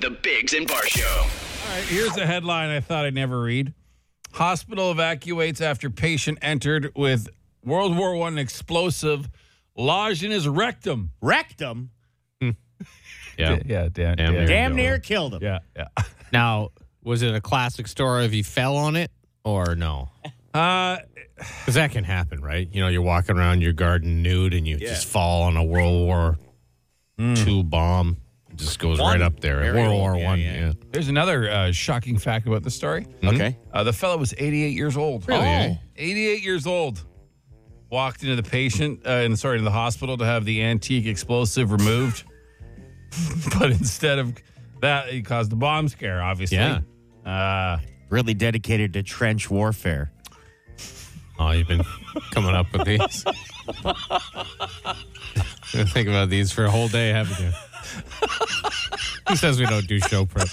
The Bigs and Bar Show. All right, here's a headline I thought I'd never read. Hospital evacuates after patient entered with World War One explosive lodged in his rectum. Wrecked him. Yeah. Yeah, damn, Damn yeah, near. Damn go. near killed him. yeah, yeah. Now, was it a classic story if you fell on it or no? Uh, Because that can happen, right? You know, you're walking around your garden nude and you just fall on a World War Two bomb. It just goes right up there. World War One. Yeah, there's another uh, shocking fact about the story. Okay. Uh, the fellow was 88 years old. Really, eh? 88 years old. Walked into the patient, uh, and sorry, to the hospital to have the antique explosive removed. but instead of that, it caused a bomb scare, obviously. Yeah. Uh, Really dedicated to trench warfare. Oh, you've been coming up with these. Been Thinking about these for a whole day, haven't you? Who says we don't do show prep?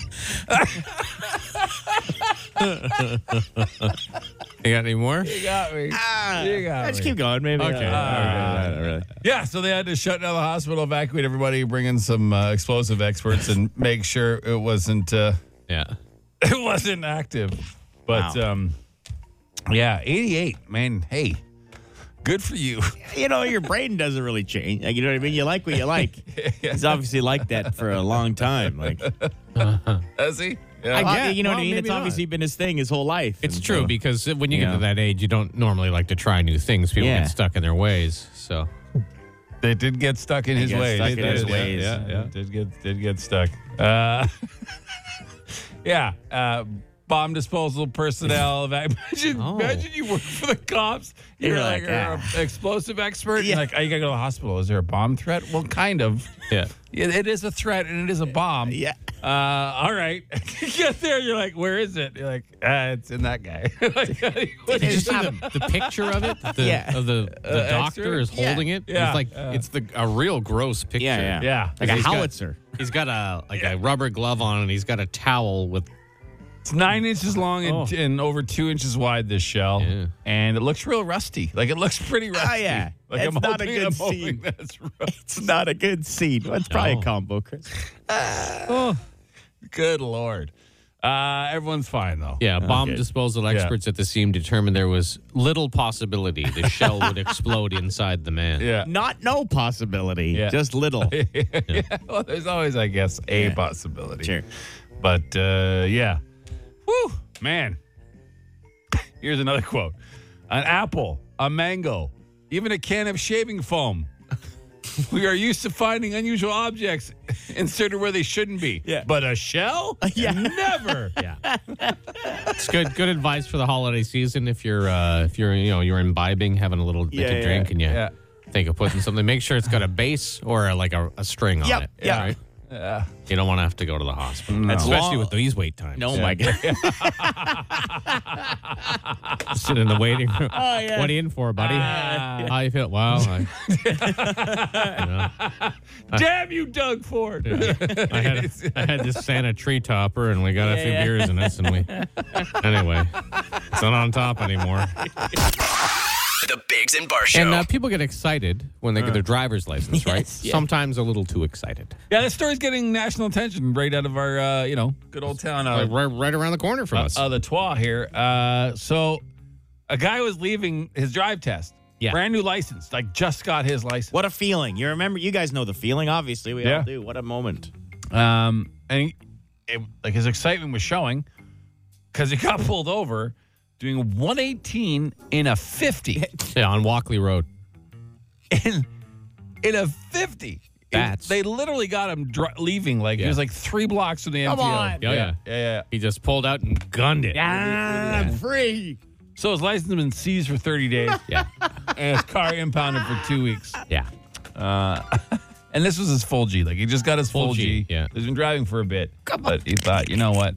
you got any more? you got me. you got Ah, Let's me. keep going, maybe. uh, Okay. Yeah, so they had to shut down the hospital, evacuate everybody, bring in some uh, explosive experts, and make sure it wasn't uh, Yeah. it wasn't active. But um, yeah, 88, man. Hey, good for you. you know, your brain doesn't really change. Like, you know what I mean? You like what you like. He's obviously like that for a long time. Like, Is he? Yeah. I- yeah, you know what I well, mean? maybe It's not. obviously been his thing his whole life. It's And true so- because when you get Mm-hmm. Yeah. to that age, you don't normally like to try new things. People Yeah. get stuck in their ways. So They did get stuck in his got ways. stuck They in did, his yeah, ways. Mm-hmm. Yeah, yeah, Did get did get stuck. Uh, yeah. Uh, bomb disposal personnel. eva- imagine, Oh. imagine you work for the cops. You're You're, like, like, "Ah." an explosive expert. Yeah. You're like, oh, you gotta go to the hospital. Is there a bomb threat? Well, kind of. yeah, It, it is a threat and it is a bomb. Yeah. Uh, all right. You get there. You're like, where is it? You're like, uh, it's in that guy. like, what Did you is see the, the picture of it? The, Yeah. of the, the Uh, extra? doctor is holding it. Yeah. It's like Uh. it's the a real gross picture. Yeah, yeah. Yeah. Like a He's got- howitzer. He's got a like a rubber glove on, and he's got a towel with. It's nine inches long and, Oh. and over two inches wide. This shell, Yeah. and it looks real rusty. Like it looks pretty rusty. Oh, yeah. like That's I'm not a hoping- good I'm hoping scene. That's right. It's not a good scene. It's probably No. a combo, Chris. Good lord. Uh, everyone's fine though. Yeah, bomb disposal experts at the scene determined there was little possibility the shell would explode inside the man. yeah. Not no possibility, Yeah. just little. Well, there's always, I guess, a Yeah. possibility. Sure. But uh, yeah. Whew, man. Here's another quote An apple, a mango, even a can of shaving foam. we are used to finding unusual objects inserted where they shouldn't be. Yeah. But a shell? Yeah. Never. Yeah, it's good. Good advice for the holiday season. If you're uh, if you're you know you're imbibing, having a little bit Yeah, to yeah, drink, and you yeah. think of putting something, make sure it's got a base or a, like a, a string on Yep, it. yeah. You don't want to have to go to the hospital, No. especially long. with these wait times. Oh my god. sitting in the waiting room. Oh, yeah. Ah. What are you in for, buddy? How you feel? Wow, I, Damn you, Doug Ford. I had I had this Santa tree topper, and we got a few beers in us, and we anyway, it's not on top anymore. The Bigs and Bar Show. And uh, people get excited when Uh. they get their driver's license, right? Sometimes a little too excited. yeah, this story's getting national attention right out of our, uh, you know, good old town. Uh, Like, right, right around the corner from us. uh, the Trois here. Uh, so, a guy was leaving his drive test. Yeah. Brand new license. Like, just got his license. What a feeling. You remember you guys know the feeling, obviously. We Yeah. all do. What a moment. Um, and he, it, like his excitement was showing because he got pulled over doing 118 in a 50. yeah, on Walkley Road. in, in a 50. It- That's- they literally got him dr- leaving. Like, he Yeah. was like three blocks from the MTO. on. Yeah, yeah. Yeah, yeah. He just pulled out and gunned it. I'm free. So his license has been seized for 30 days Yeah. and his car impounded for two weeks. Yeah. And this was his full G. Like he just got his full, Full G. G, yeah. He's been driving for a bit. But he thought, you know what?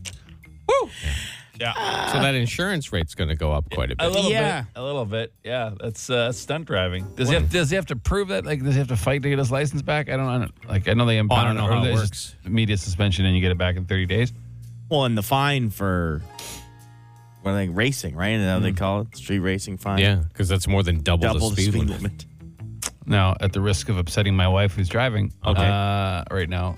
Woo! Yeah. So that insurance rate's going to go up quite a A bit. little Yeah. bit. A little bit. Yeah. That's uh, stunt driving. Does he, have, does he have to prove that? Like, does he have to fight to get his license back? I don't, I don't like. I know they Oh, I impound. don't know or how it there's works. just Immediate suspension, and you get it back in 30 days. Well, and the fine for what are they racing, right? And how Mm-hmm. they call it street racing fine. Yeah, because that's more than double, Double the speed, limit. limit. Now, at the risk of upsetting my wife, who's driving Okay. uh, right now,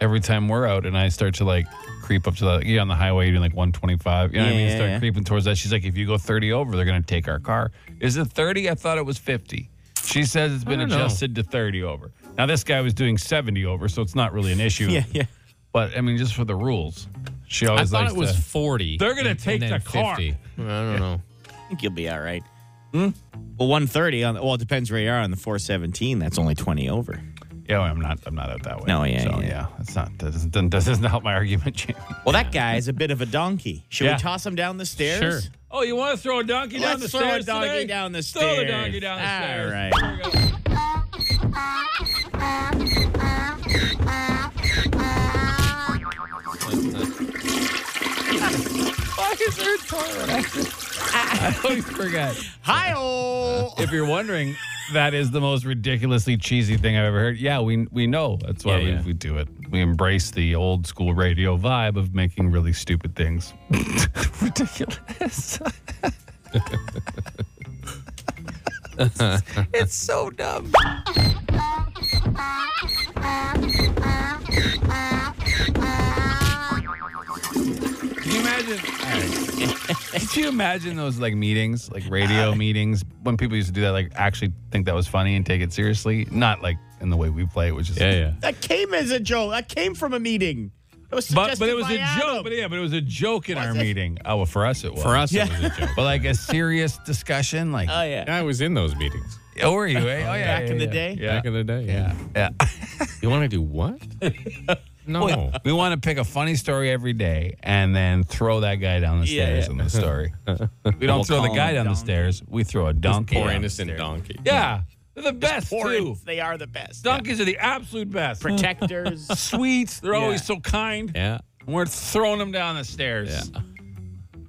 every time we're out and I start to like creep up to the you know, on the highway you're doing like 125, you know what I mean? Yeah, Start yeah. creeping towards that. She's like, if you go 30 over, they're gonna take our car. Is it 30? I thought it was 50. She says it's been I don't know. adjusted to 30 over. Now this guy was doing 70 over, so it's not really an issue. Yeah, yeah. But I mean, just for the rules, she I always thought likes it was to- 40. They're gonna take then the car. 50. I don't know. I think you'll be all right. Hmm? Well, 130 on the, well, it depends where you are on the 417. That's only 20 over. Yeah, well, I'm not. I'm not out that way. No, yeah, so, yeah. yeah. That's not. That doesn't. That doesn't help my argument, Jamie. Well, that guy is a bit of a donkey. Should Yeah. we toss him down the stairs? Sure. Oh, you want to throw a donkey down Let's the throw a stairs? donkey today? down the Throw the stairs. donkey down the All stairs. right. There we go. Why is there a toilet? I always forget. Hi-oh! If you're wondering, that is the most ridiculously cheesy thing I've ever heard. Yeah, we we know. That's why Yeah, we, yeah. we do it. We embrace the old school radio vibe of making really stupid things. Ridiculous. it's so dumb. Can you imagine? Could you imagine those like meetings, like radio Ah. meetings, when people used to do that, like actually think that was funny and take it seriously? Not like in the way we play it, which is Yeah, yeah. That came as a joke. That came from a meeting. That was But but suggested it was by a Adam. joke. But yeah, but it was a joke in our it? meeting. Oh, well, for us it was. For us, Yeah. it was a joke. but like a serious discussion, like Oh, yeah. I was in those meetings oh, were you? Eh? Oh yeah, Back yeah, in the yeah. day? Yeah, back in the day. yeah, yeah. You want to do what? No. We want to pick a funny story every day and then throw that guy down the Yeah, stairs yeah. in the story. We We'll don't throw the call guy him down the donkey. stairs. We throw a donkey. Poor down the innocent stairs. donkey. Yeah, they're the best too. Horrends, They are the best. Donkeys are the absolute best. Protectors. Sweets, they're always Yeah. so kind. Yeah. And we're throwing them down the stairs.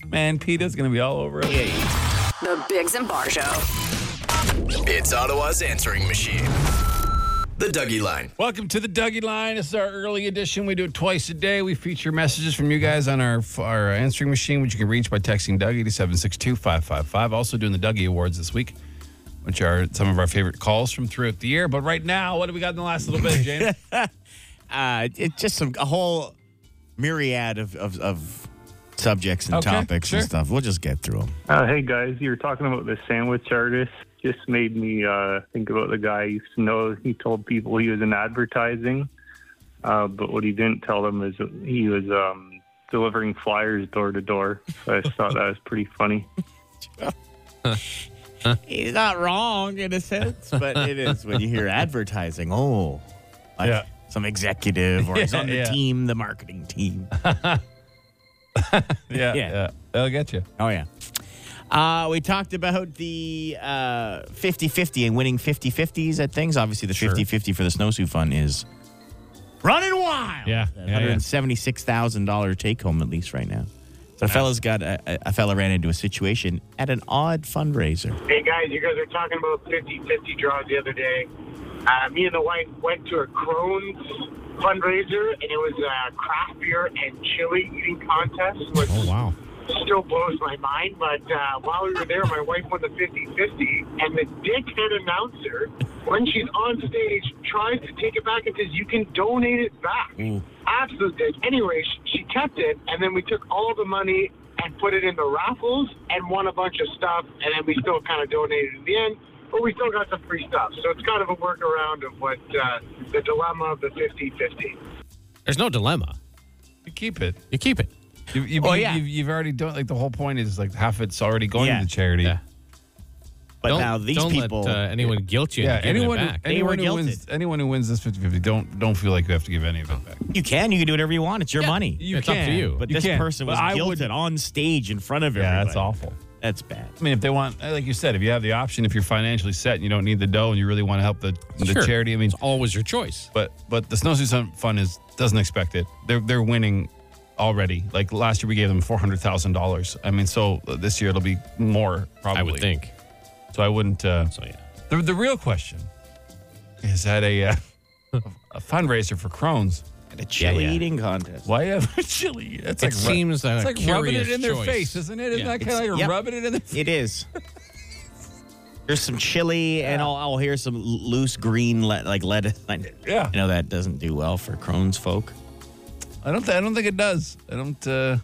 Man, PETA's gonna be all over it. The Bigs and Bar Show. It's Ottawa's answering machine. The Dougie Line. Welcome to the Dougie Line. It's our early edition. We do it twice a day. We feature messages from you guys on our our answering machine, which you can reach by texting Dougie to 762-555. Also doing the Dougie Awards this week, which are some of our favorite calls from throughout the year. But right now, what do we got in the last little bit, James? uh, it's just some a whole myriad of, of, of subjects and Okay, topics sure. and stuff. We'll just get through them. Uh, hey guys, you were talking about the sandwich artist. Just made me uh, think about the guy I used to know. He told people he was in advertising, uh, but what he didn't tell them is he was um, delivering flyers door to door. So I just thought that was pretty funny. He's not wrong in a sense, but it is when you hear advertising. Oh, like Yeah. some executive or he's Yeah, on the yeah. team, the marketing team. yeah, Yeah. They'll get you. Oh, yeah. Uh, we talked about the uh, 50-50 and winning 50-50s at things. Obviously, the 50-50 for the snowshoe fund is running wild. Yeah, yeah, yeah. $176,000 take-home at least right now. So a fella's got a, a- a fella ran into a situation at an odd fundraiser. Hey guys, you guys were talking about 50 50 draws the other day. Uh, me and the wife went to a Crohn's fundraiser, and it was a craft beer and chili eating contest, which Oh wow. still blows my mind. But uh, while we were there, my wife won the 50 50, and the dickhead announcer, when she's on stage, tries to take it back and says, You can donate it back. Ooh. Absolute dick. Anyway, sh- she kept it, and then we took all the money and put it in the raffles and won a bunch of stuff, and then we still kind of donated in the end. But we still got some free stuff. So it's kind of a workaround of what uh, the dilemma of the 50 50. There's no dilemma. You keep it. You keep it. You, you, Oh, you- yeah. you've, you've already done like the whole point is like half it's already going Yeah. to charity. Yeah. But don't, now these don't people... Let, uh, anyone guilt you? Yeah, into giving anyone, It back. They were anyone who wins, guilted. anyone who wins this 50-50, don't don't feel like you have to give any of it back. You can. You can do whatever you want. It's your money. You It's up can, to you. but you this can. person But was I guilted would- on stage in front of Yeah, everybody. that's awful. That's bad. I mean, if they want, like you said, if you have the option, if you're financially set and you don't need the dough and you really want to help the, the Sure. charity, I mean, It's always your choice. but but the snowsuit Sun fund is doesn't expect it. They're they're winning already. Like last year, we gave them four hundred thousand dollars. I mean, so this year it'll be more probably. I would think. So I wouldn't. Uh, So yeah. The, the real question is that a, uh, a fundraiser for Crohn's? At a chili yeah. eating contest. Why ever chili? That's It like ru- seems like it's a like rubbing it curious in their choice. face, isn't it? Isn't Yeah. that kind of like you're yep. rubbing it in their face? It is. There's some chili, and I'll, I'll hear some l- loose green, le- like lettuce. I- Yeah. You know, that doesn't do well for Crohn's folk. I don't. Th- I don't think it does. I don't. Uh,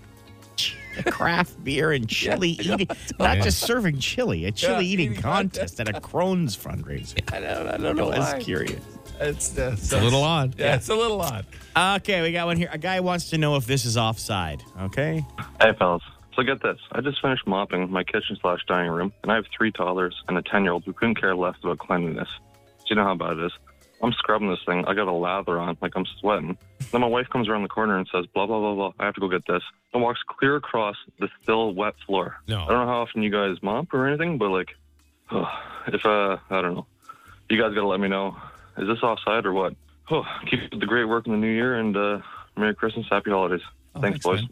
Craft beer and chili eating. Not just serving chili, a chili Yeah, eating eating contest at a Crohn's fundraiser. I don't, I don't know. I was curious. it's, uh, it's a little odd. Yeah, it's a little odd. Okay, we got one here. A guy wants to know if this is offside. Okay. Hey, fellas. So get this. I just finished mopping my kitchen slash dining room, and I have three toddlers and a 10 year old who couldn't care less about cleanliness. Do you know how bad it is? I'm scrubbing this thing. I got a lather on, like I'm sweating. Then my wife comes around the corner and says, blah, blah, blah, blah. I have to go get this. And walks clear across the still wet floor. No. I don't know how often you guys mop or anything, but like, if, uh, I don't know. You guys got to let me know. Is this offside or what? Oh, keep up the great work in the new year, and uh, Merry Christmas. Happy holidays. thanks, Oh, thanks, boys. man.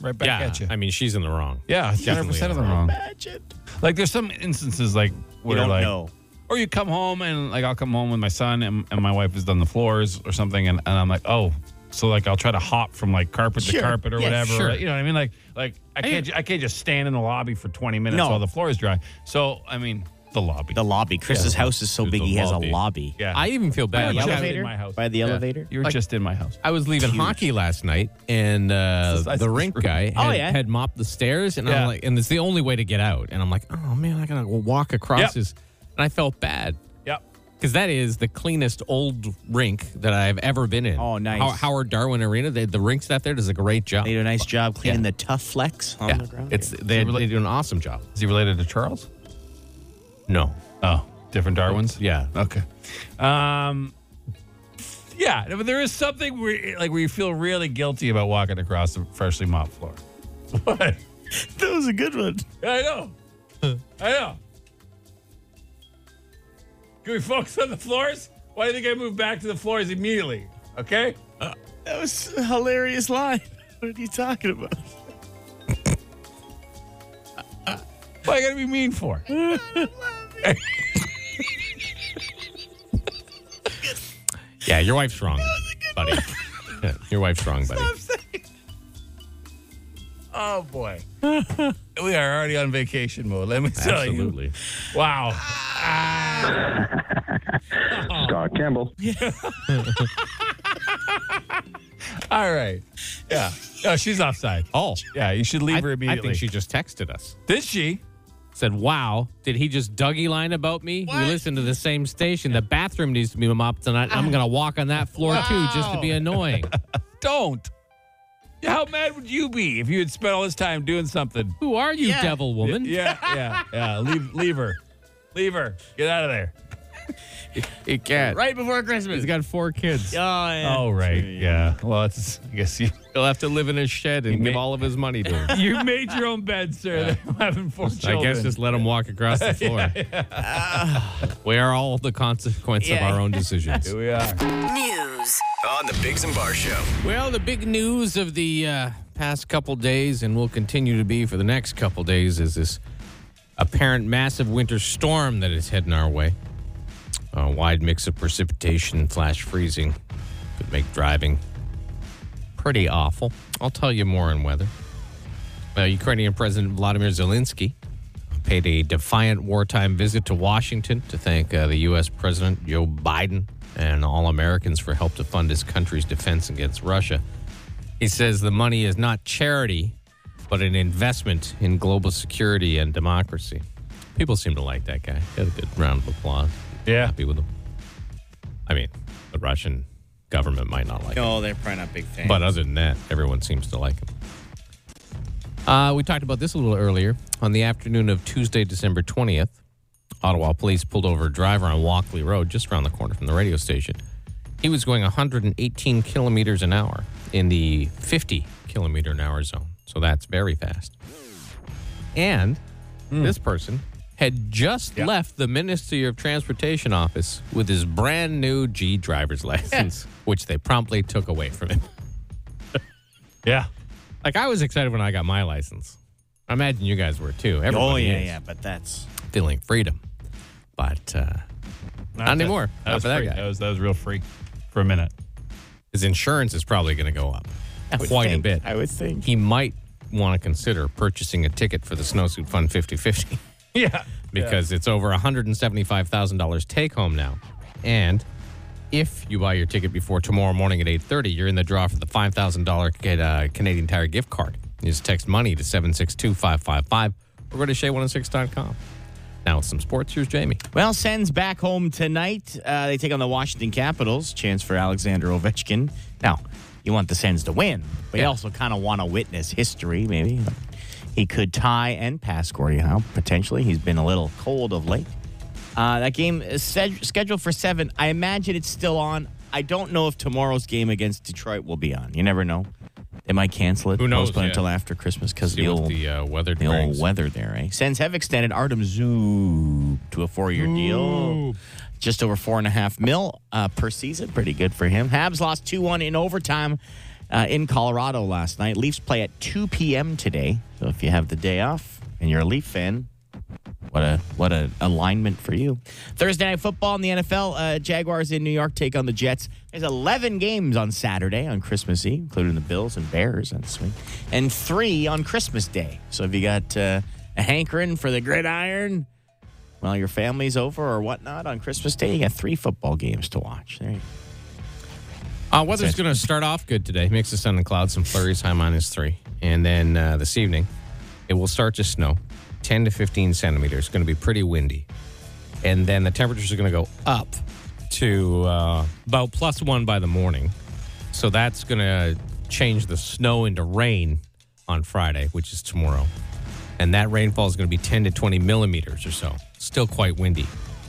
Right back Yeah, at you. I mean, she's in the wrong. Yeah, it's Definitely 100% of them wrong. wrong. Imagine. Like there's some instances like We where don't like know. or you come home and like I'll come home with my son and, and my wife has done the floors or something and, and I'm like, oh, so like I'll try to hop from like carpet Sure. to carpet or Yeah, whatever. sure. You know what I mean? Like like I can't ju- I can't just stand in the lobby for 20 minutes No. while the floor is dry. So I mean the lobby. The lobby. Chris's Yeah. house is so Dude, big, the he has a lobby. lobby. yeah. I even feel You bad. Like, were I, just was, in my house. By the Yeah. elevator? You were Like- just in my house. I was leaving hockey last night, and This uh, is- I- the rink guy had, Oh, yeah. had mopped the stairs, and Yeah. I'm like, and it's the only way to get out, and I'm like, oh man, I gotta walk across Yep. this, and I felt bad. Yep. Because that is the cleanest old rink that I've ever been in. Oh, nice. How- Howard Darwin Arena, they, the rink staff there does a great job. They do a nice job cleaning the tough flex on yeah. the ground. It's they, they do an awesome job. Is he related to Charles? No. Oh, different Darwins? Yeah. Okay. Um, yeah, but there is something where, like, where you feel really guilty about walking across the freshly mopped floor. What? that was a good one. I know. I know. Can we focus on the floors? Why do you think I moved back to the floors immediately? Okay. That was a hilarious line. What are you talking about? What are you gonna be mean for? Yeah, your wife's wrong, buddy. Yeah, your wife's wrong, buddy. Oh boy. we are already on vacation mode. Let me tell you. Wow. Ah. Scott Campbell. All right. Yeah. No, she's offside. Oh, Yeah, you should leave I, her I immediately. think she just texted us. Did she? Said, "Wow, did he just Dougie line about me? We listen to the same station. The bathroom needs to be mopped tonight. I'm gonna walk on that floor too, just to be annoying." Don't. How mad would you be if you had spent all this time doing something? Who are you, devil woman? Yeah, yeah, yeah. Leave, leave her. Leave her. Get out of there. He can't. Right before Christmas. He's got four kids. Oh, yeah. All right. Yeah. Well, it's, I guess you He'll have to live in a shed and He give may- all of his money to him. you made your own bed, sir. I'm having four I children. guess just let him walk across the floor. we are all the consequence Yeah. of our own decisions. Here we are. News. On the Bigs and Bar Show. Well, the big news of the uh, past couple days, and will continue to be for the next couple days, is this apparent massive winter storm that is heading our way. A wide mix of precipitation, flash freezing could make driving pretty awful. I'll tell you more on weather. Uh, Ukrainian President Vladimir Zelensky paid a defiant wartime visit to Washington to thank uh, the U.S. President Joe Biden and all Americans for help to fund his country's defense against Russia. He says the money is not charity, but an investment in global security and democracy. People seem to like that guy. Got a good round of applause. Yeah. Happy with him. I mean, the Russian government might not like it. No, Oh, they're probably not big fans. But other than that, everyone seems to like him. Uh, we talked about this a little earlier. On the afternoon of Tuesday, December 20th, Ottawa police pulled over a driver on Walkley Road, just around the corner from the radio station. He was going 118 kilometers an hour in the 50 kilometer an hour zone. So that's very fast. And this person had just left the Ministry of Transportation office with his brand new G driver's license, which they promptly took away from him. Yeah. Like I was excited when I got my license. I imagine you guys were too. Everybody oh, yeah, is yeah, but that's. feeling freedom, but uh, not that- anymore. That Not was for that free. guy. That was that was real freak for a minute. his insurance is probably going to go up I would quite think- a bit. I would think. he might want to consider purchasing a ticket for the snowsuit fund 50-50 Yeah. because it's over $175,000 take home now, and If you buy your ticket before tomorrow morning at 8.30, you're in the draw for the $5,000 Ca- uh, Canadian Tire gift card. You just text money to 762-555 or go to Shea106.com. Now with some sports, here's Jamie. Well, Sens back home tonight. Uh, they take on the Washington Capitals. Chance for Alexander Ovechkin. Now, you want the Sens to win, but you Yeah. also kind of want to witness history, maybe. He could tie and pass Gordie Howe, potentially. He's been a little cold of late. Uh, that game is sed- scheduled for 7. I imagine it's still on. I don't know if tomorrow's game against Detroit will be on. You never know. They might cancel it. Who knows, Postpone yeah. it until after Christmas because See the what old the uh, weather the old brings. weather there, eh? Sens have extended Artem Zoo to a four-year deal, just over four and a half mil uh, per season. Pretty good for him. Habs lost two-one in overtime uh, in Colorado last night. Leafs play at two p.m. today, so if you have the day off and you're a Leaf fan, what a what a alignment for you. Thursday night football in the NFL. Uh, Jaguars in New York take on the Jets. There's 11 games on Saturday on Christmas Eve, including the Bills and Bears. That's sweet. And three on Christmas Day. So if you got uh, a hankering for the gridiron, well, your family's over or whatnot on Christmas Day, you got three football games to watch. There you go. Uh, weather's going to start off good today. Mix of sun and clouds, some flurries, high minus three. And then uh, this evening, it will start to snow 10 to 15 centimeters. It's going to be pretty windy. And then the temperatures are going to go up to uh, about plus one by the morning. So that's going to change the snow into rain on Friday, which is tomorrow. And that rainfall is going to be 10 to 20 millimeters or so. Still quite windy,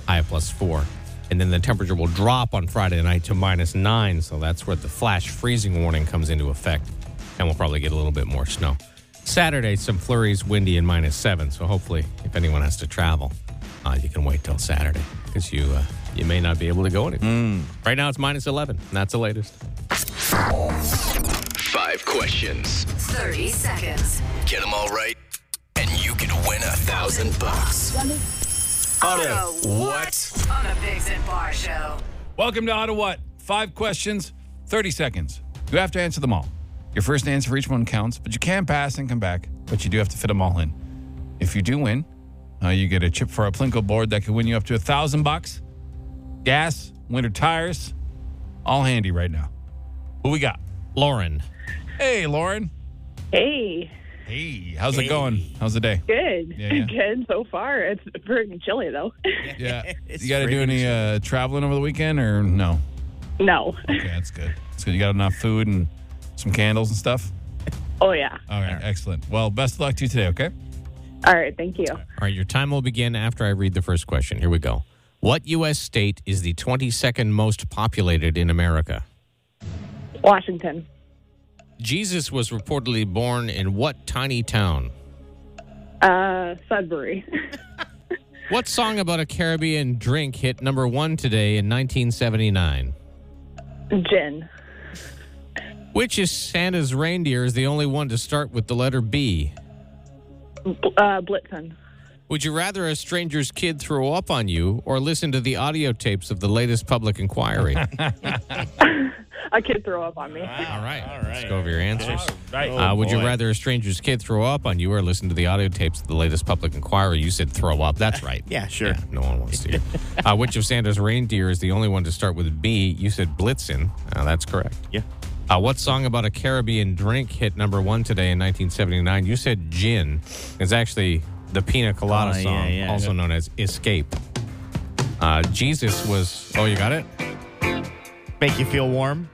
high of plus four. And then the temperature will drop on Friday night to minus nine. So that's where the flash freezing warning comes into effect. And we'll probably get a little bit more snow. Saturday, some flurries, windy, and minus seven. So hopefully, if anyone has to travel, uh, you can wait till Saturday because you uh, you may not be able to go anywhere. Right now, it's minus 11. And that's the latest. Five questions. 30 seconds. Get them all right, and you can win a thousand bucks. Auto What? on the Bigs and Bar Show. Welcome to Ottawa. Five questions, 30 seconds. You have to answer them all. Your first answer for each one counts, but you can pass and come back, but you do have to fit them all in. If you do win, uh, you get a chip for a Plinko board that could win you up to a thousand bucks. Gas, winter tires, all handy right now. Who we got? Lauren. Hey, Lauren. Hey, Hey, how's it going? How's the day? good. Yeah, yeah. Good so far. It's pretty chilly, though. Yeah. It's you got to do freezing. any uh, traveling over the weekend or no? no. Okay, that's good. That's good. You got enough food and some candles and stuff? Oh, yeah. All right, excellent. Well, best of luck to you today, okay? All right. Thank you. All right, your time will begin after I read the first question. Here we go. What U.S. state is the 22nd most populated in America? Washington, Jesus was reportedly born in what tiny town? uh, Sudbury. What song about a Caribbean drink hit number one today in 1979? Gin. Which is Santa's reindeer is the only one to start with the letter B? Bl- Uh, Blitzen. Would you rather a stranger's kid throw up on you or listen to the audio tapes of the latest public inquiry? All A kid throw up on me. right. All right. Let's go over your answers. Right. Oh, uh, would you rather a stranger's kid throw up on you or listen to the audio tapes of the latest public inquiry? You said throw up. That's right. Yeah, sure. No one wants to hear. uh, which of Santa's reindeer is the only one to start with B? You said Blitzen. Uh, that's correct. Yeah. Uh, what song about a Caribbean drink hit number one today in 1979? You said gin. It's actually the Pina Colada Oh, yeah, song, yeah. also known as Escape. Uh, Jesus was. Oh, you got it? Make you feel warm.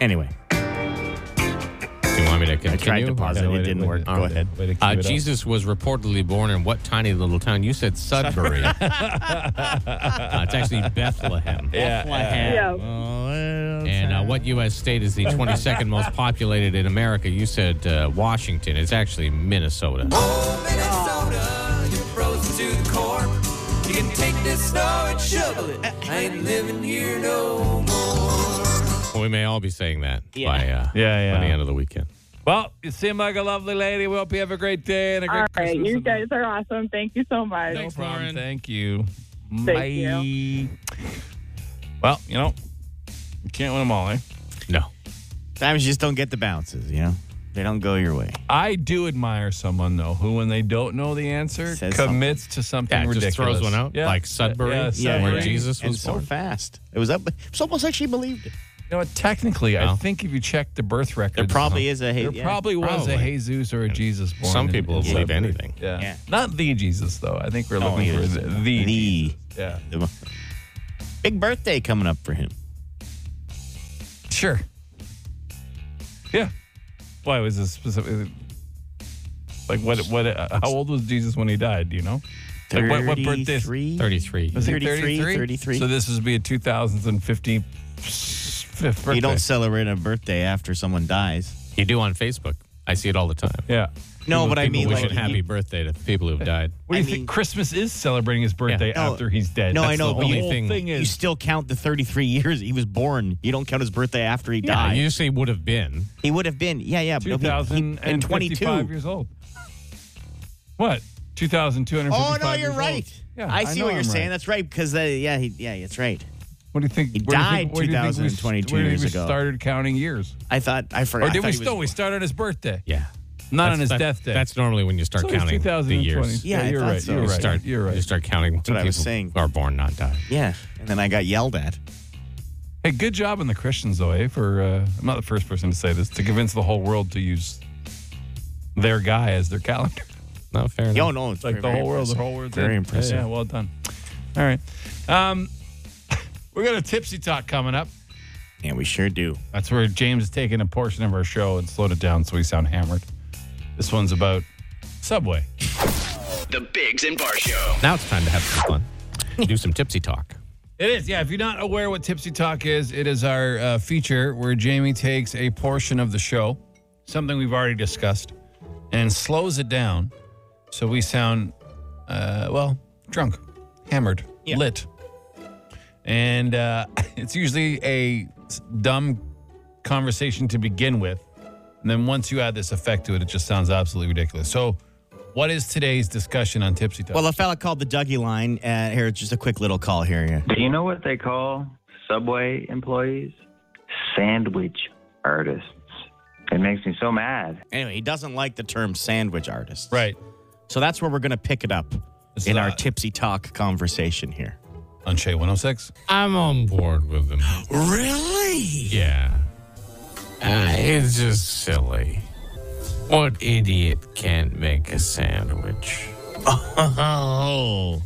Anyway, Do you want me to continue? I tried to pause it. It didn't work. Go ahead. Ah, Uh, Jesus was reportedly born in what tiny little town? You said Sudbury. uh, it's actually Bethlehem. Yeah. And uh, what U.S. state is the 22nd most populated in America? You said uh, Washington. It's actually Minnesota. Minnesota, you're frozen to the core. You can take this snow and shovel it. I ain't living here no more. Well, we may all be saying that Yeah. by, uh, Yeah, by the yeah. end of the weekend. Well, you seem like a lovely lady. We hope you have a great day and a great All right. Christmas. You and- guys are awesome. Thank you so much. No Thanks, problem. Lauren. Thank you. Bye. Thank Well, you know, you can't win them all, eh? No. sometimes you just don't get the bounces, you know? They don't go your way. I do admire someone though who, when they don't know the answer, Says commits to something Yeah, just ridiculous. throws one out, like Sudbury, Yeah, yeah, Sudbury. where Jesus and was so born. fast. It was up. It's almost like she believed it. You know what? Technically, I No. think if you check the birth record, probably is a Je- There yeah, Uh-huh. probably was a probably. Jesus or a Jesus born. Some in- people in will believe Sudbury. anything. Yeah. Yeah. not the Jesus though. I think we're No, looking he for is. the, the, The- Yeah, Big birthday coming up for him. sure. Yeah. Why was this specific? is it- Like what? What? Uh, how old was Jesus when he died? Do you know? Like what? What birthday? 33? 33. Was he 33? 33? 33. So this would be a 2050 fifth birthday. You don't celebrate a birthday after someone dies. You do on Facebook. I see it all the time. Yeah. No, People- but I people mean, wishing like, happy you- birthday to people who've died. What do you I mean- think? Christmas is celebrating his birthday No. after he's dead. No, I That's know, The but whole you think- thing you is still count the 33 years he was born. You don't count his birthday after he died. Uh, you say would have been. he would have been, yeah, yeah, but he- he- 2,055 years old. What? 2,255 Oh no, years you're old. right. Yeah, I see know what you're I'm saying. right. That's right because uh, yeah, he, yeah, that's right. What do you think? He where do you died think- where do you think we 2022 where do you years think ago. We started counting years. I thought I forgot. Or I did thought we he was- still? We started on his birthday. Yeah. Not That's- on his that- death day. That's normally when you start so counting it's the 2020. years. Yeah, I you're thought right. so. You're You right. start, You're You right. start counting. That's what I was saying. Are born, not die. Yeah, and then I got yelled at. Hey, good job on the Christians, though, eh? For uh, I'm not the first person to say this to convince the whole world to use their guy as their calendar. No, fair enough. Yo, no, it's like very, the very whole world, the impressive. whole world. Very impressive. Yeah, well done. All right, um, we got a tipsy talk coming up. Yeah, we sure do. That's where James is taking a portion of our show and slowed it down so we sound hammered. This one's about Subway. The Bigs and Bar Show. Now it's time to have some fun. Do some tipsy talk. It is, yeah. If you're not aware what Tipsy Talk is, it is our uh, feature where Jamie takes a portion of the show, something we've already discussed, and slows it down so we sound, uh, well, drunk, hammered, lit. And uh, it's usually a s- dumb conversation to begin with. And then once you add this effect to it, it just sounds absolutely ridiculous. So, what is today's discussion on Tipsy Talk? Well, a fella called the Dougie line. Uh, here, just a quick little call here. Yeah. Do you know what they call subway employees? Sandwich artists. It makes me so mad. Anyway, he doesn't like the term sandwich artist. right. So that's where we're going to pick it up This in is, our uh, tipsy talk conversation here. On Shea 106. I'm on board with them. Really? Yeah. Uh, it's just silly. What idiot can't make a sandwich? Oh.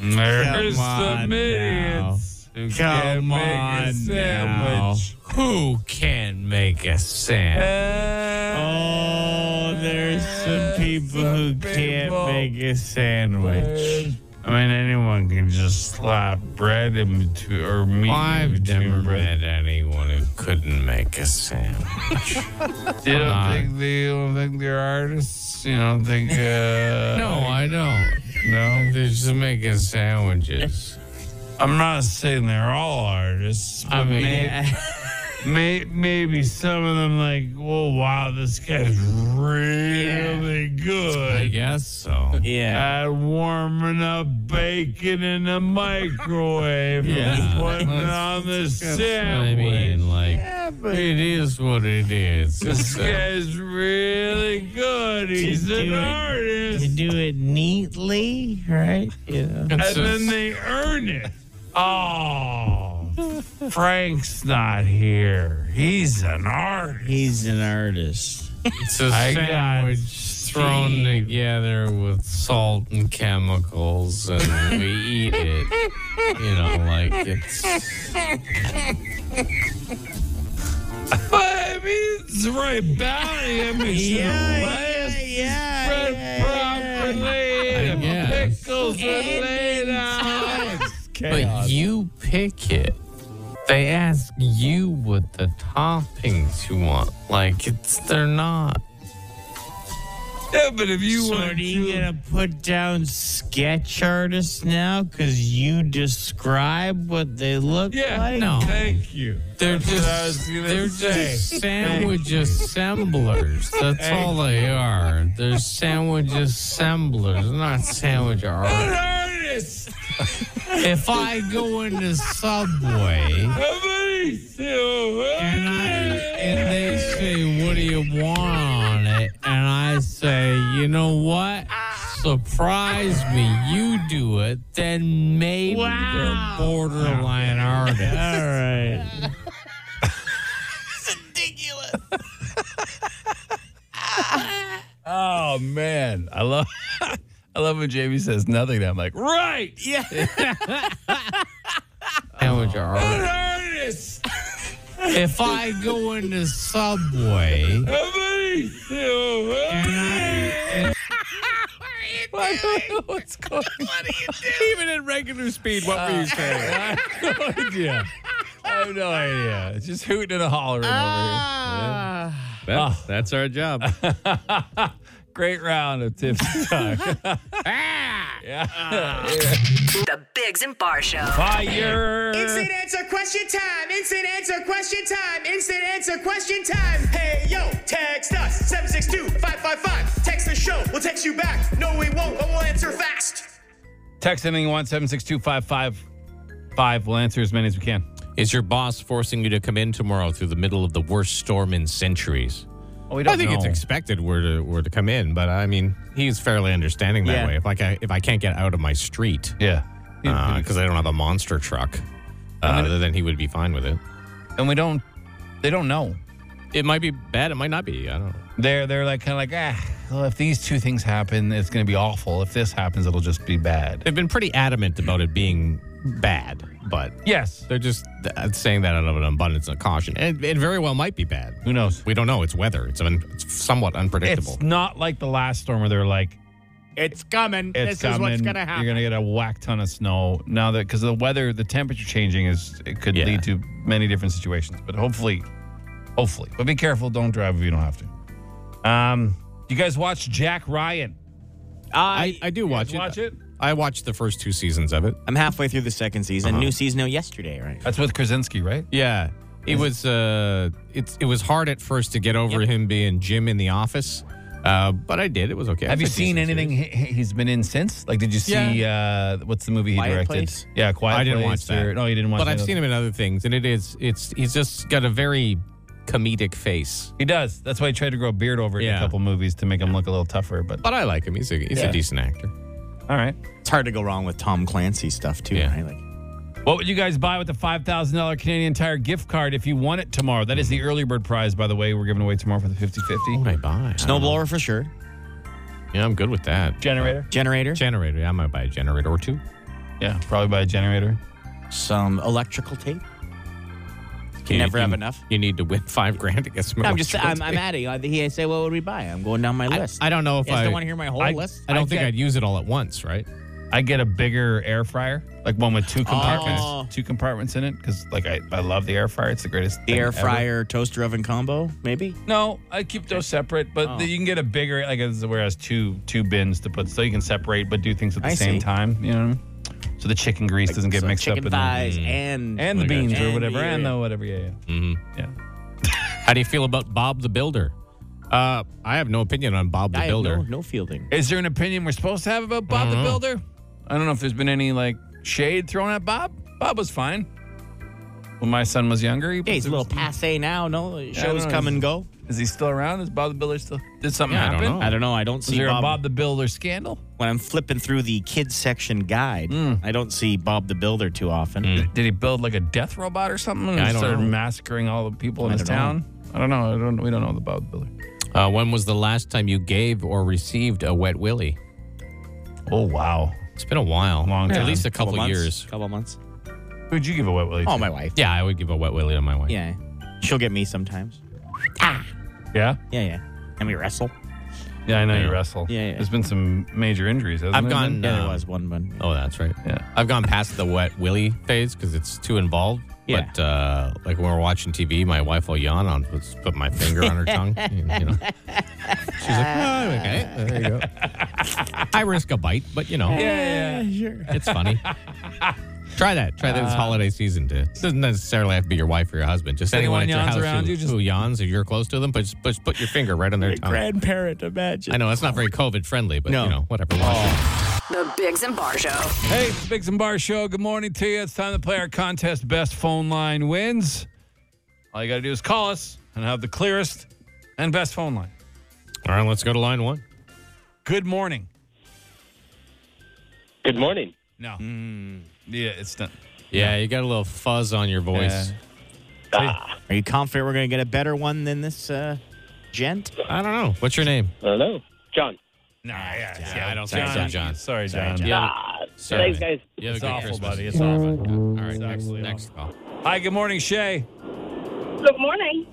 There's some idiots who Come can make on a sandwich. Who can make a sandwich? Oh, There's some people who can't people. make a sandwich. I mean, anyone can just slap bread in between or meat. I've never met anyone who couldn't make a sandwich. you don't think they you don't think they're artists? You don't think? Uh, no, I don't. No, they're just making sandwiches. I'm not saying they're all artists. I mean, May, maybe some of them like, oh wow, this guy's really good. I guess so. Yeah. At warming up bacon in the microwave and putting it on the sandwich. I mean, like, it is what it is. This guy's really good. He's an artist. do it neatly, right? Yeah. and then they earn it. Oh, Frank's not here. He's an artist. He's an artist. It's a sandwich thrown together with salt and chemicals, and we eat it. You know, like it's. But I mean, it's right back. I mean, it's lettuce spread properly. and Pickles are laid out. But you pick it. They ask you what the toppings you want. Like it's they're not. Yeah, but if you want you gonna put down sketch artists now because you describe what they look Yeah, like? No, thank you. they're I was just gonna they're say. just sandwich assemblers. That's all they are. They're sandwich assemblers, not sandwich artists. Artist! If I go into Subway Somebody sue and, I, and they say, What do you want on it? And I say, You know what? Surprise me. You do it. Then maybe they're borderline artists. All right. Oh man, I love I love when Jamie says nothing. I'm like, right, yeah. Sandwich artist. If I go into Subway and I, What's going on? What are even at regular speed, what were you saying? I have no idea. I have no idea. It's just hooting and a hollering Ah. That's, that's our job. over here. Great round of tips and talk. yeah. The Bigs and Bar Show. Fire. Instant answer question time. Instant answer question time. Instant answer question time. Hey, yo, text us 762 555. Text the show. We'll text you back. No, we won't, but we'll answer fast. Text anything you want, 762-555. We'll answer as many as we can. Is your boss forcing you to come in tomorrow through the middle of the worst storm in centuries? Oh, we I think it's expected we're to, we're to come in, but I mean, he's fairly understanding that Yeah. way. If like I, if I can't get out of my street Yeah. because I don't have a monster truck, uh, then he would be fine with it. and we don't they don't know. It might be bad. It might not be. I don't know. They're they're like kind of like, ah, well, if these two things happen, it's gonna be awful. If this happens, it'll just be bad. They've been pretty adamant about it being bad, but Yes. they're just uh, saying that out of an abundance of caution. It, it very well might be bad. Who knows? We don't know. It's weather. It's, un, it's somewhat unpredictable. It's not like the last storm where they're like, It's coming. it's coming. You're gonna get a whack ton of snow now that because the weather, the temperature changing is it could Yeah. lead to many different situations. But hopefully, hopefully, but be careful. Don't drive if you don't have to. Um, you guys watch Jack Ryan? I, I do You watch guys it. Watch it. I watched the first two seasons of it. I'm halfway through the second season. Uh-huh. New season out yesterday, right? That's with Krasinski, right? Yeah. It was uh it's it was hard at first to get over him being Jim in the office. Uh but I did. It was okay. Have you It's a seen decent anything series. he, he- he's been in since? Like, did you see uh, what's the movie he Quiet directed? Place? Yeah, Quiet I didn't Place watch that. or- no, you didn't watch. But I've seen him in other things and it is it's he's just got a very comedic face. He does. That's why he tried to grow a beard over it in a Yeah. couple movies to make him look a little tougher. But But I like him. He's a he's Yeah. a decent actor. all right. It's hard to go wrong with Tom Clancy stuff too, Yeah. right? Like What would you guys buy with the $5,000 Canadian Tire gift card if you won it tomorrow? That is the early bird prize, by the way. We're giving away tomorrow for the 50 What 50. would I buy? snowblower for sure. Yeah, I'm good with that. Generator? Generator. Generator. Yeah, I might buy a generator or two. Yeah, probably buy a generator. some electrical tape. Can You- never you- have enough. You need to win five grand to get some. No, I'm just. I'm, electricity. I'm at it. He said, "What would we buy?" I'm going down my I, list. I don't know if You guys I don't want to hear my whole I, list. I don't think get- I'd use it all at once, right? I get a bigger air fryer, like one with two compartments, Oh. two compartments in it, because like I, I love the air fryer. It's the greatest. the thing air ever. fryer toaster oven combo, maybe. No, I keep those separate, but Oh. the- you can get a bigger like this is where it has two two bins to put, so you can separate but do things at the I same see. time. You know, what I mean? so the chicken grease doesn't get So mixed up chicken in the, thighs and and the I got beans you. or And whatever, the and area. the whatever. Yeah, yeah. yeah. How do you feel about Bob the Builder? Uh, I have no opinion on Bob the I have Builder. no, no fielding. Is there an opinion we're supposed to have about Bob the Builder? I don't know if there's been any like shade thrown at Bob. Bob was fine when my son was younger. He Yeah, he's was- a little passe now. No I don't shows know. come and go. Is he still around? Is Bob the Builder still? Did something Yeah, I don't happen? know. I don't know. I don't Is see there Bob, a Bob the Builder scandal? when I'm flipping through the kids section guide. I don't see Bob the Builder too often. Did he build like a death robot or something? And I he don't started know. massacring all the people in I his don't know. town. I don't know. I don't. We don't know about the builder. Uh, when was the last time you gave or received a wet willy? Oh wow! It's been a while, Long at time. least a couple, months, years. Couple months. Who'd you give a wet willy? Oh, my wife. Yeah, I would give a wet willy to my wife. Yeah, she'll get me sometimes. Yeah, Yeah, yeah. And we wrestle. yeah. I know you Yeah. wrestle. Yeah, yeah. There's been some major injuries. Hasn't I've there gone- been? Yeah, there Um, was one, but Oh, that's right. Yeah. I've gone past the wet willy phase because it's too involved. Yeah. But uh, like when we're watching TV, my wife will yawn on, just put my finger on her tongue. You know. She's like, oh, okay, there you go. I risk a bite, but you know, Yeah, yeah. Uh, It's funny. Try that. Try that this holiday season. To, it doesn't necessarily have to be your wife or your husband. Just If anyone, anyone at your yawns house around who, you, just- who yawns, if you're close to them, but just, but just put your finger right on their Oh. tongue. grandparent. Imagine. I know it's not very COVID friendly, but No. you know whatever. Oh. The Bigs and Bar Show. Hey, it's the Biggs and Bar Show. Good morning to you. It's time to play our contest. Best phone line wins. All you got to do is call us and have the clearest and best phone line. All right, let's go to line one. Good morning. Good morning. No. Yeah, it's done. Yeah, you got a little fuzz on your voice. Are you confident we're going to get a better one than this uh, gent? I don't know. What's your name? I don't know. John. Nah, yeah, I don't think so, John. Sorry, John. John. Ah, Sorry. thanks, guys. You have a It's good awful, Christmas. buddy. It's awful. All right, next, next call. Hi, good morning, Shay. Good morning.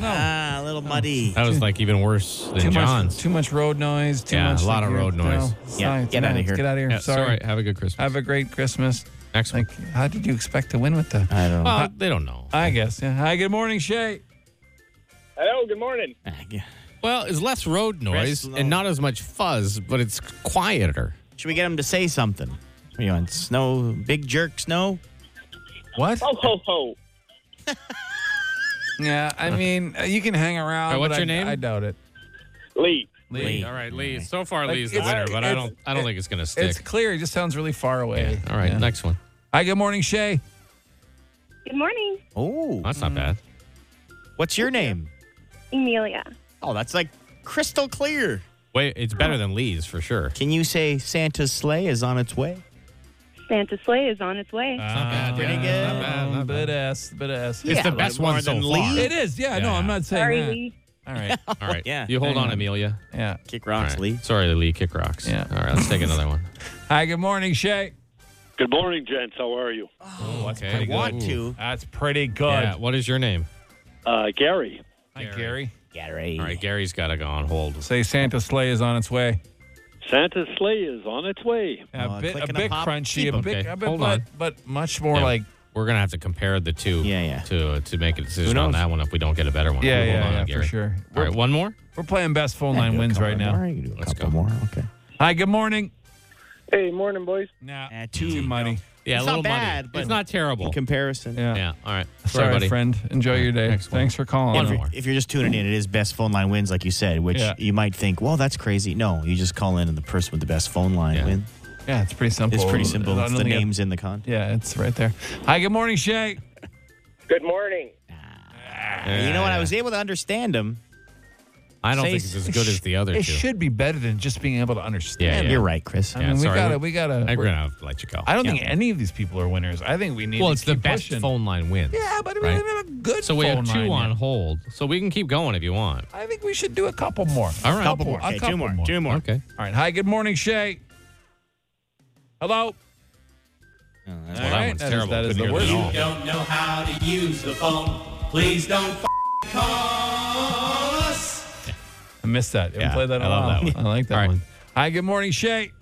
Ah, a little muddy. That was like even worse than Too much, John's. too much road noise. Too Yeah, much a lot of like, road you noise. it's Yeah, not- it's get not- outta here. Get out of here. Yeah, sorry. sorry. Have a good Christmas. Have a great Christmas. Next one. Like, how did you expect to win with that? I don't Well, they don't know. I guess. Yeah. Hi, good morning, Shay. Hello, good morning. Ah, Well, it's less road noise Rest and not as much fuzz, but it's quieter. Should we get him to say something? What do You want snow, big jerk snow? What? Oh. Ho, ho, ho. Yeah, I mean, uh, you can hang around. Hey, what's but I, your name? I doubt it. Lee. Lee. All right, Lee. So far, Like, Lee's the it's- winner, but I it's- don't. I don't think it's going to It's stick. clear. He just sounds really far away. All right, next one. Hi, good morning, Shay. Good morning, Oh, That's not bad. what's your name? Amelia. Oh, that's like crystal clear. Wait, it's better than Lee's for sure. Can you say Santa's sleigh is on its way? Santa sleigh is on its way. Uh, Ah, Pretty good. Um, bit S, bit S. It's the but best more one so than far. Lee? It is. Yeah, Yeah, no, yeah. I'm not saying Sorry, that. Lee. All right. All right. Yeah, You hold hang on, on. Amelia. Yeah. Kick All rocks, right. Lee. Sorry, Lee. Kick rocks. Yeah. All right, let's take another one. Hi, good morning, Shay. Good morning, gents. How are you? Oh, okay. I good. want to. That's pretty good. Yeah. What is your name? Uh, Gary. Hi, Gary. Gary. All right, Gary's got to go on hold. Say Santa sleigh is on its way. Santa's sleigh is on its way. A Oh, bit, click a and a bit pop. crunchy, Keep a 'em. bit, Okay, a bit hold but, on. but much more Yeah. like. We're gonna have to compare the two. Yeah, yeah. To to make a decision Who on knows? that one if we don't get a better one. Yeah, Hold yeah, on, yeah, for Gary. sure. All right, one more. We're playing best phone Yeah, line do a wins couple right More. now. You can do a Let's couple go. more. Okay. Hi, good morning. Hey, morning, boys. Nah, Uh, two. too money. Yeah, It's a not little muddy. bad, but it's not terrible. In comparison. Yeah. yeah. All right. Sorry, buddy. friend. Enjoy your day. next one. Thanks for calling. One more. If you're just tuning in, it is best phone line wins, like you said, which Yeah. you might think, well, that's crazy. No, you just call in and the person with the best phone line Yeah. wins. Yeah, it's pretty simple. It's pretty simple. I It's don't the think it- names in the con. yeah, it's right there. Hi, good morning, Shay. Good morning. you know what? I was able to understand him. I don't Say- think it's as good as the other two. It should be better than just being able to understand. Yeah, yeah. You're right, Chris. I Yeah, mean, we sorry. gotta, we gotta. I think we're we're- gonna have to let you go. I don't think any of these people are winners. I think we need. well, to it's the keep best pushing. phone line wins. Yeah, but we right? don't have a good. so we have phone two line on yet. hold, so we can keep going if you want. I think we should do a couple more. All right. A couple more. A Okay, couple two more, two more. Okay. All right. Hi. Good morning, Shay. Hello. Oh, Well, All that right, one's that is- terrible. that is Couldn't the hear that worst. at all. I missed that. I haven't Yeah, played that in I a love while. that I like that All right. one. Hi. Good morning, Shay.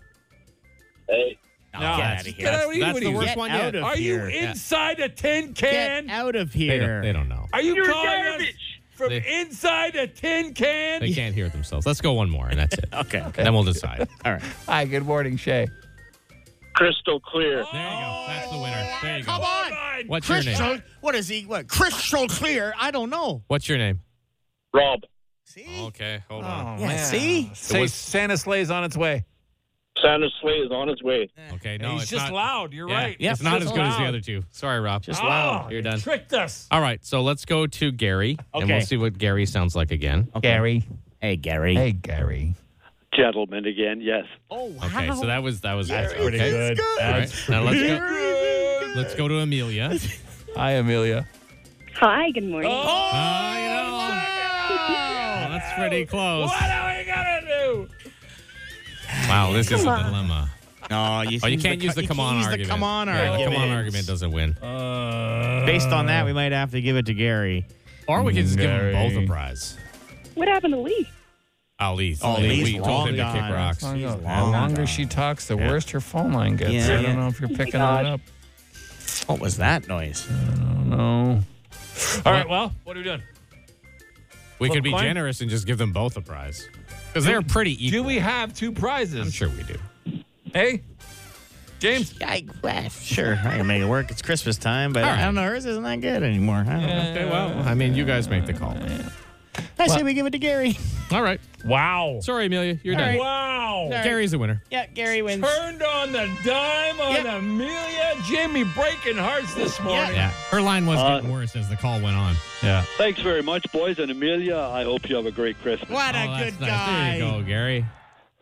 Hey. No, No, get that's- out of here. get out of here. that's What the are you- worst Get one out yet. of Are you here. inside a tin Get can? out of They don't, here. they don't know. Are you You're calling us garbage. from They- inside a tin can? They can't hear it themselves. Let's go one more, and that's it. Okay. okay. Then we'll decide. All right. Hi. Good morning, Shay. Crystal clear. There you go. That's the winner. There you go. Come on. What's your Chris name? Schul- what is he? What? Crystal clear? I don't know. What's your name? Rob. See? Okay, hold Oh. Yeah, see? Say Santa sleigh's on its way. Santa's sleigh is on its way. Okay, no, He's it's just not, loud. You're Yeah, right. it's not as just good as the loud. other two. Sorry, Rob. Just Oh, loud. You're you done. Tricked us. All right, so let's go to Gary, and we'll Okay. see what Gary sounds like again. Oh, Okay. Gary. Hey, Gary. Hey, Gary. Gentlemen again, yes. Oh, wow. Okay, so that was that was That's okay. pretty good. All right, now let's go. Let's go to Amelia. Oh, Hi, Amelia. Hi, good morning. Ah, you know, uh, that's pretty close. What are we gonna do? Wow, this is a dilemma. No, you, Oh, you can't use the you come can't on use argument. the come on Yeah, argument. the come on argument doesn't Uh. win. Based on that, we might have to give it to Gary. Or we can just give them Gary. both a prize. What happened to Lee? Ali. Oh, Lee's we told long him to kick gone. rocks. He's The long longer gone. she talks, the worse her phone line gets. Yeah, I don't yeah. know if you're picking that up. What was that noise? No. All right. Well, what are we doing? We Flip could a be coin? generous and just give them both a prize because they're pretty Do equal. we have two prizes? I'm sure we do. Hey, James. Yeah, I- well, sure, I can make it work. It's Uh, Christmas time, but I don't know. Hers isn't that good anymore. I don't know. Okay, well, I mean, you guys make the call. I say we give it to Gary. All right. Wow. Sorry, Amelia. You're All done. right. Wow. Sorry. Gary's the winner. Yeah, Gary wins. Turned on the dime on Yep. Amelia. Jamie breaking hearts this morning. Yeah. Her line was getting worse as the call went on. Yeah. Thanks very much, boys. And Amelia, I hope you have a great Christmas. What a Oh, that's good nice. guy. There you go, Gary.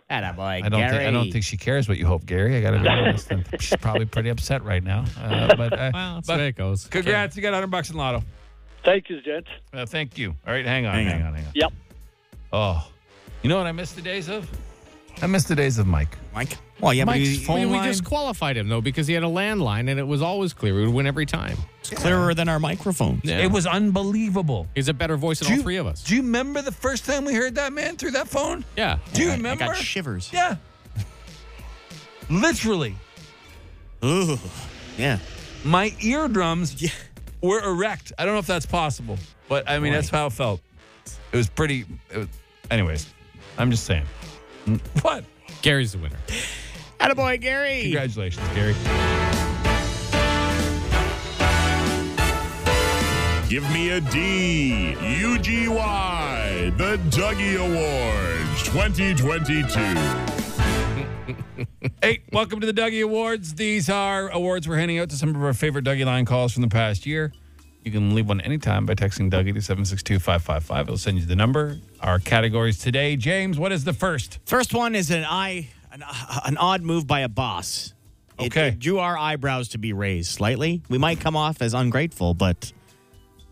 Atta boy, I don't, Gary. think, I don't think she cares what you hope, Gary. I got to be honest. She's probably pretty upset right now. Uh, but uh, Well, that's but the way it goes. congrats. You got 100 bucks in lotto. Thank you, gents. Uh, thank you. All right, hang on, Hang hang, on. on. hang on. Yep. Oh, you know what I miss the days of? I miss the days of Mike. Mike. Well, yeah, Mike's but phone we, we line. disqualified him though because he had a landline and it was always clear. We would win every time. it's clearer than our microphones. It was unbelievable. He's a better voice than Do all you- three of us. Do you remember the first time we heard that man through that phone? yeah. Do you I- I got remember? shivers. Yeah. Literally, Ooh. Yeah. my eardrums were erect. I don't know if that's possible, but I mean Boy. that's how it felt. It was pretty. It was, anyways, I'm just saying. What? Gary's the winner. Atta boy, Gary. Congratulations, Gary. Give me a D. UGY. The Dougie Awards 2022. Hey, welcome to the Dougie Awards. These are awards we're handing out to some of our favorite Dougie line calls from the past year. You can leave one anytime by texting Dougie to 762 555. It'll send you the number. Our categories today. James, what is the first? First one is an eye, an, uh, an odd move by a boss. It- Okay. It drew our eyebrows to be raised slightly. We might come off as ungrateful, but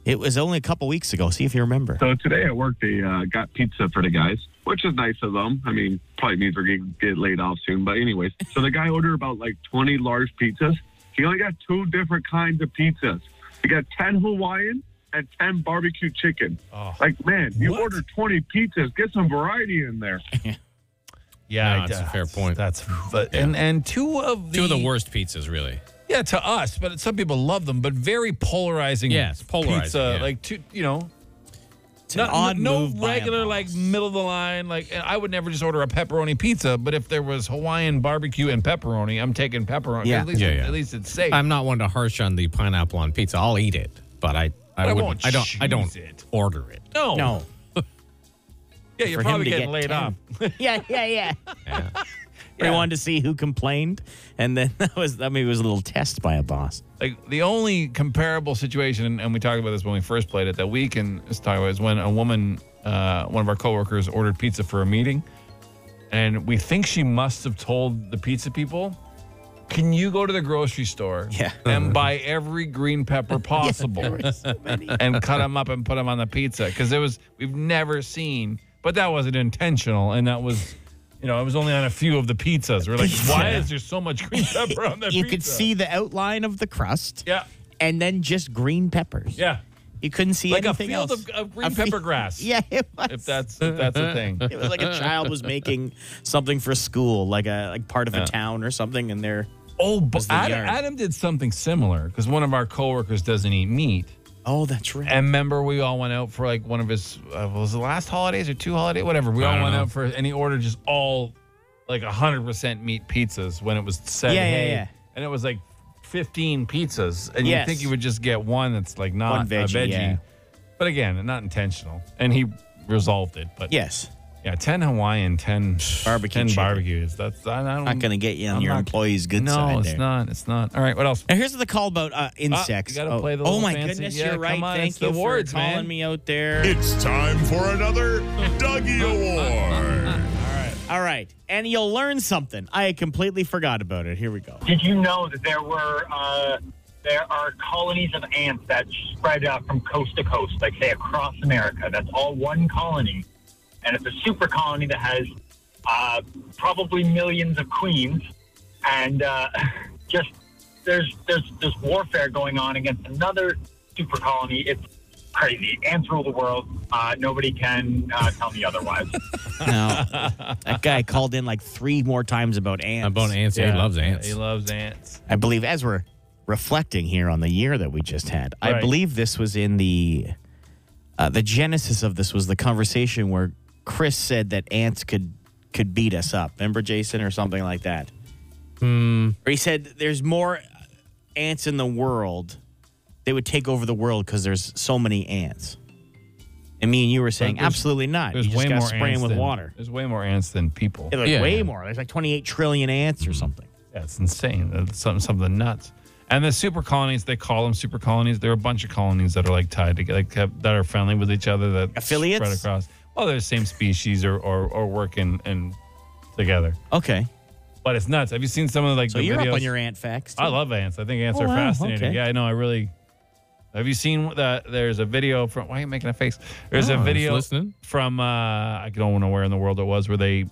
it was only a couple weeks ago. See if you remember. So today at work, they uh, got pizza for the guys, which is nice of them. I mean, probably means we're going to get laid off soon. But, anyways, so the guy ordered about like 20 large pizzas. He only got two different kinds of pizzas. He got 10 Hawaiian and 10 barbecue chicken. Oh. Like, man, you What? ordered 20 pizzas. Get some variety in there. Yeah, No, that's a fair point. That's but, and and two of the Two of the worst pizzas, really. Yeah, to us, but some people love them. But very polarizing. Yes, polarizing, Pizza, yeah. like two, you know, It's an odd no move by a regular, boss. like middle of the line. Like and I would never just order a pepperoni pizza, but if there was Hawaiian barbecue and pepperoni, I'm taking pepperoni. Yeah. at least, Yeah, yeah. At least it's safe. I'm not one to harsh on the pineapple on pizza. I'll eat it, but I I, But I wouldn't- won't I don't I don't choose it. order it. no, No. yeah, you're for him probably to getting get laid 10. off. yeah, yeah, yeah. We Yeah. wanted to see who complained, and then that was that maybe was a little test by a boss. Like the only comparable situation, and- and we talked about this when we first played it that we can just talk about is when a woman, uh, one of our coworkers, ordered pizza for a meeting, and we think she must have told the pizza people, "Can you go to the grocery store Yeah. and buy every green pepper possible and cut them up and put them on the pizza?" Because it was we've never seen, but that wasn't intentional, and that was. You know, it was only on a few of the pizzas. We're like, why is there so much green pepper on that you pizza? could see the outline of the crust, Yeah. and then just green peppers. Yeah. You couldn't see like a anything field else. of, of green A fi- pepper grass. Yeah, it was. if that's if that's a thing. It was like a child was making something for school, like a like part of a town or something, and they're Oh, but Was the Adam, yard. Adam did something similar because one of our coworkers doesn't eat meat. oh, that's right. And remember, we all went out for like one of his uh, was it last holidays or two holiday, whatever. We I all don't went know. out for and he ordered just all like hundred percent meat pizzas when it was said. Yeah, yeah, hey, yeah. And it was like fifteen pizzas, and you Yes. think you would just get one that's like not One a veggie, veggie. yeah. But again, not intentional. And he resolved it. But yes, Yeah, ten Hawaiian, ten Barbecue ten chicken. barbecues. That's I don't, not going to get you on Mm. I'm your not- employee's good no, side it's there. not. It's not. All right, what else? And here's the call about uh, insects. gotta oh. play the oh little my fancy- goodness, yeah, you're right. come on, it's the Thank you awards, for calling man. me out there. It's time for another Dougie Award. All right, and you'll learn something. I completely forgot about it. Here we go. Did you know that there were uh, there are colonies of ants that spread out from coast to coast, like say across America? That's all one colony, and it's a super colony that has uh, probably millions of queens, and uh, just there's there's there's warfare going on against another super colony. It's crazy. Ants rule the world. Uh, nobody can uh, tell me otherwise. No, that guy called in like three more times about ants. About ants, yeah, he Uh, loves ants. He loves ants. I believe as we're reflecting here on the year that we just had, I Right. believe this was in the uh, the genesis of this was the conversation where Chris said that ants could could beat us up. Remember Jason or something like that. Hmm. Or he said there's more ants in the world. They would take over the world because there's so many ants. And me and you were saying, absolutely not. There's you just way gotta more spray 'em ants with than- water. There's way more ants than people. Yeah, Mm-hmm. like way more. There's like 28 trillion ants or something. That's insane. Uh, That's something, something nuts. And the super colonies, they call them super colonies. There are a bunch of colonies that are like tied together, like have, that are friendly with each other, that Affiliates? spread across. Well, they're the same species or or, or working and together. Okay. But it's nuts. Have you seen some of like So the you're videos? up on your ant facts. I love ants. I think ants Oh, are wow. fascinating. Okay. Yeah, I know. I really. Have you seen that? There's a video from. Why are you making a face? There's Oh, No, I a was video Oh, listening. from. Uh, I don't know where in the world it was where they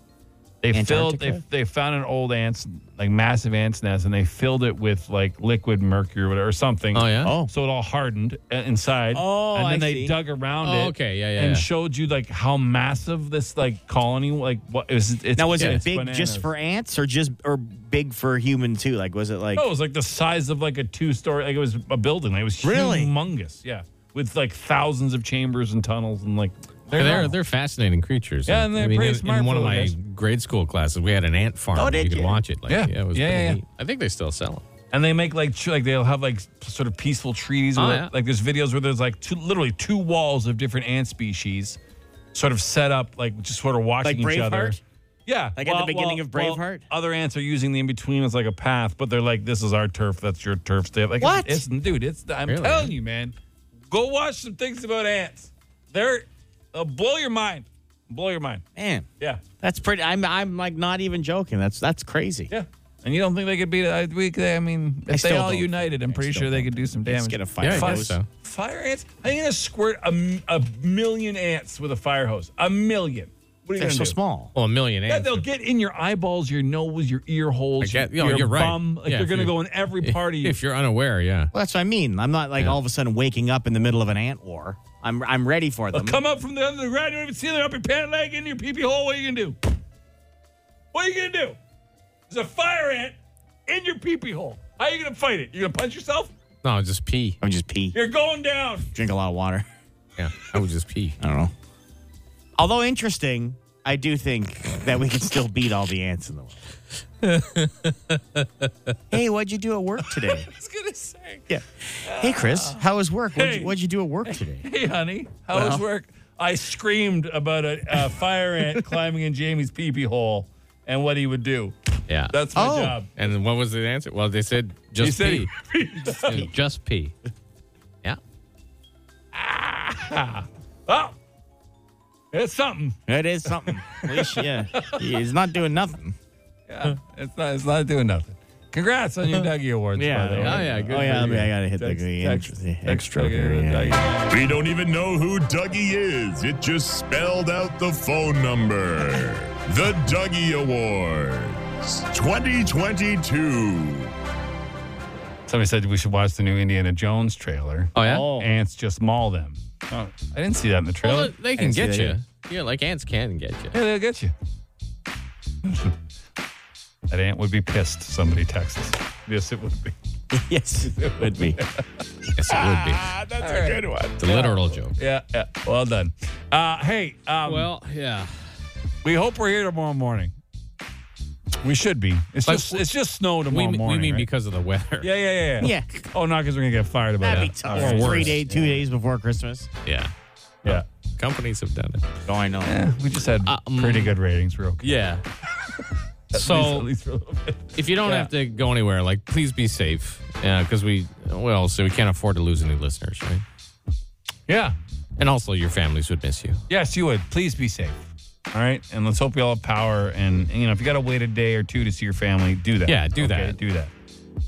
they filled they, Antarctica? they found an old ants like massive ants nest and they filled it with like liquid mercury or, whatever, or something. Oh, yeah? Oh. So it all hardened uh, inside. Oh, and then I they see. dug around Oh, it. okay. Yeah, yeah, And yeah. showed you like how massive this like colony like what it was. It's, Now was yeah, it it's big bananas. just for ants or just or big for human too? Like was it like No, Oh, it was like the size of like a two story, like it was a building. Like, it was Really? humongous. Yeah. With like thousands of chambers and tunnels and like. They're, they're, they're fascinating creatures. Yeah, and they're pretty in, smart In one for of my those guys. grade school classes, we had an ant farm. Oh, where did you could you? watch it. Like, Yeah. yeah. it was Yeah, pretty yeah, yeah. neat. I think they still sell them. And they make like, tr- like they'll have like s- sort of peaceful treaties. Oh, with, yeah. Like there's videos where there's like two, literally two walls of different ant species sort of set up, like just sort of watching each other. Braveheart? Yeah. Like at the beginning of Braveheart? other ants are using the in between as like a path, but they're like, this is our turf, that's your turf. Stay up. Like, What? It's, it's- dude, it's, I'm Really? telling you, man. Go watch some things about ants. They're, they'll blow your mind. Blow your mind. man? Yeah. That's pretty. I'm I'm like not even joking. That's that's crazy. Yeah. And you don't think they could beat it? We, they- I mean, I if they still all don't. united, I'm pretty still sure they don't. could do some Let's damage. get a fire Yeah, I hose. guess so. Fire ants? How are you going to squirt a, m- a million ants with a fire hose? A million. What are you They're going to do? so small. Well, a million Yeah, ants. they'll get in your eyeballs, your nose, your ear holes, get- your, oh, your you're right. bum. Like Yeah, they're if going to you- go in every part of you. If you're unaware, yeah. Well, that's what I mean. I'm not like all of a sudden waking up in the middle of an ant war. I'm I'm ready for They'll them. come up from the other ground. You don't even see them up your pant leg into your pee pee hole. What are you going to do? What are you going to do? There's a fire ant in your pee pee hole. How are you going to fight it? You're going to punch yourself? No, I would just pee. I would just pee. You're going down. Drink a lot of water. Yeah, I would just pee. I don't know. Although interesting, I do think that we can still beat all the ants in the world. hey, what'd you do at work today? I was going to say. Yeah. Hey, Chris, how was work? What'd, Hey. you, what'd you do at work today? Hey, honey, how was Well. work? I screamed about a, a fire ant climbing in Jamie's pee pee hole and what he would do. Yeah. That's my Oh. job. And then what was the answer? Well, they said You just said pee. he- Yeah, just pee. Yeah. oh, it's something. That is something. At least, yeah. He's not doing nothing. Yeah, it's not. It's not doing nothing. Congrats on your Dougie Awards, by the way. Oh, yeah, good Oh, for yeah. I, you. mean, I got to hit Text- the text- extra, text extra Dougie, here. yeah, Dougie. yeah. We don't even know who Dougie is. It just spelled out the phone number. The Dougie Awards 2022. Somebody said we should watch the new Indiana Jones trailer. Oh, yeah? Oh. Ants just maul them. Oh, I didn't see that in the trailer. Well, they I can didn't see get that you. either. Yeah, like ants can get you. Yeah, they'll get you. that ant would be pissed. Somebody texts us. Yes, it would be. yes, it would be. Yes, it would be. Ah, that's a good one. It's a literal joke. Yeah, yeah. Well done. Uh, hey, um, Well, yeah. we hope we're here tomorrow morning. We should be. It's Like, just it's just snow We, tomorrow mean- we morning. mean right? because of the weather. Yeah, yeah, yeah, yeah. Yeah. Oh, not because we're gonna get fired about That'd be that. tough. Or worse. Three day, two days before Christmas. Yeah. Yeah. Companies have done it. Oh, I know. Eh, we just had Um, pretty good ratings. We're okay. Yeah. at so least for a little bit. if you don't Yeah. have to go anywhere, like please be safe. Yeah, because we well, so we can't afford to lose any listeners, right? Yeah. And also your families would miss you. Yes, you would. Please be safe. All right, and let's hope you all have power. And you know, if you got to wait a day or two to see your family, do that. Yeah, do that. Do that.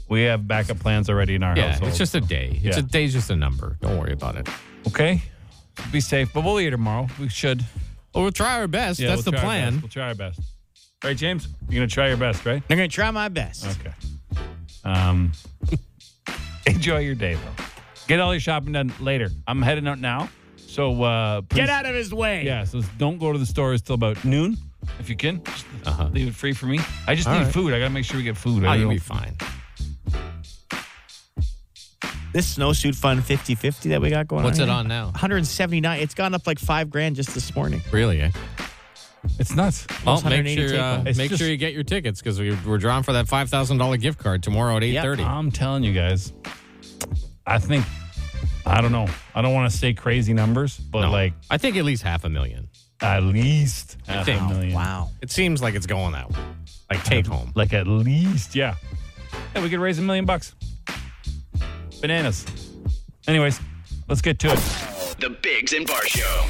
We have backup plans already in our Yeah, household. it's just a day. It's Yeah. a day's just a number. Don't worry about it. okay. Be safe, but we'll be here tomorrow. We should. Well, we'll try our best. Yeah, That's we'll try the our best. plan. We'll try our best. All right, James, you're gonna try your best, right? I'm going to try my best. Okay. Um, enjoy your day, though. Get all your shopping done later. I'm heading out now, so uh, please- Get out of his way. Yeah, so don't go to the stores till about noon if you can. Just Leave it free for me. I just All need right. food. I gotta make sure we get food. Oh, I you'll don't- be fine. This snowsuit fund 50 50 that we got going What's on. it here, on now? 179. It's gone up like five grand just this morning. Really? Eh? It's nuts. Plus Well, make 180 sure take uh, home. It's make just- sure you get your tickets because we, we're drawn for that five thousand dollar gift card tomorrow at eight Yep. thirty. I'm telling you guys, I think I don't know. I don't want to say crazy numbers, but like I think at least half a million. at least I half think. a million. Wow. It seems like it's going that way. Like take home. Like at least, yeah. Yeah, we could raise a million bucks. Bananas. Anyways, let's get to it. The Bigs and Bar Show.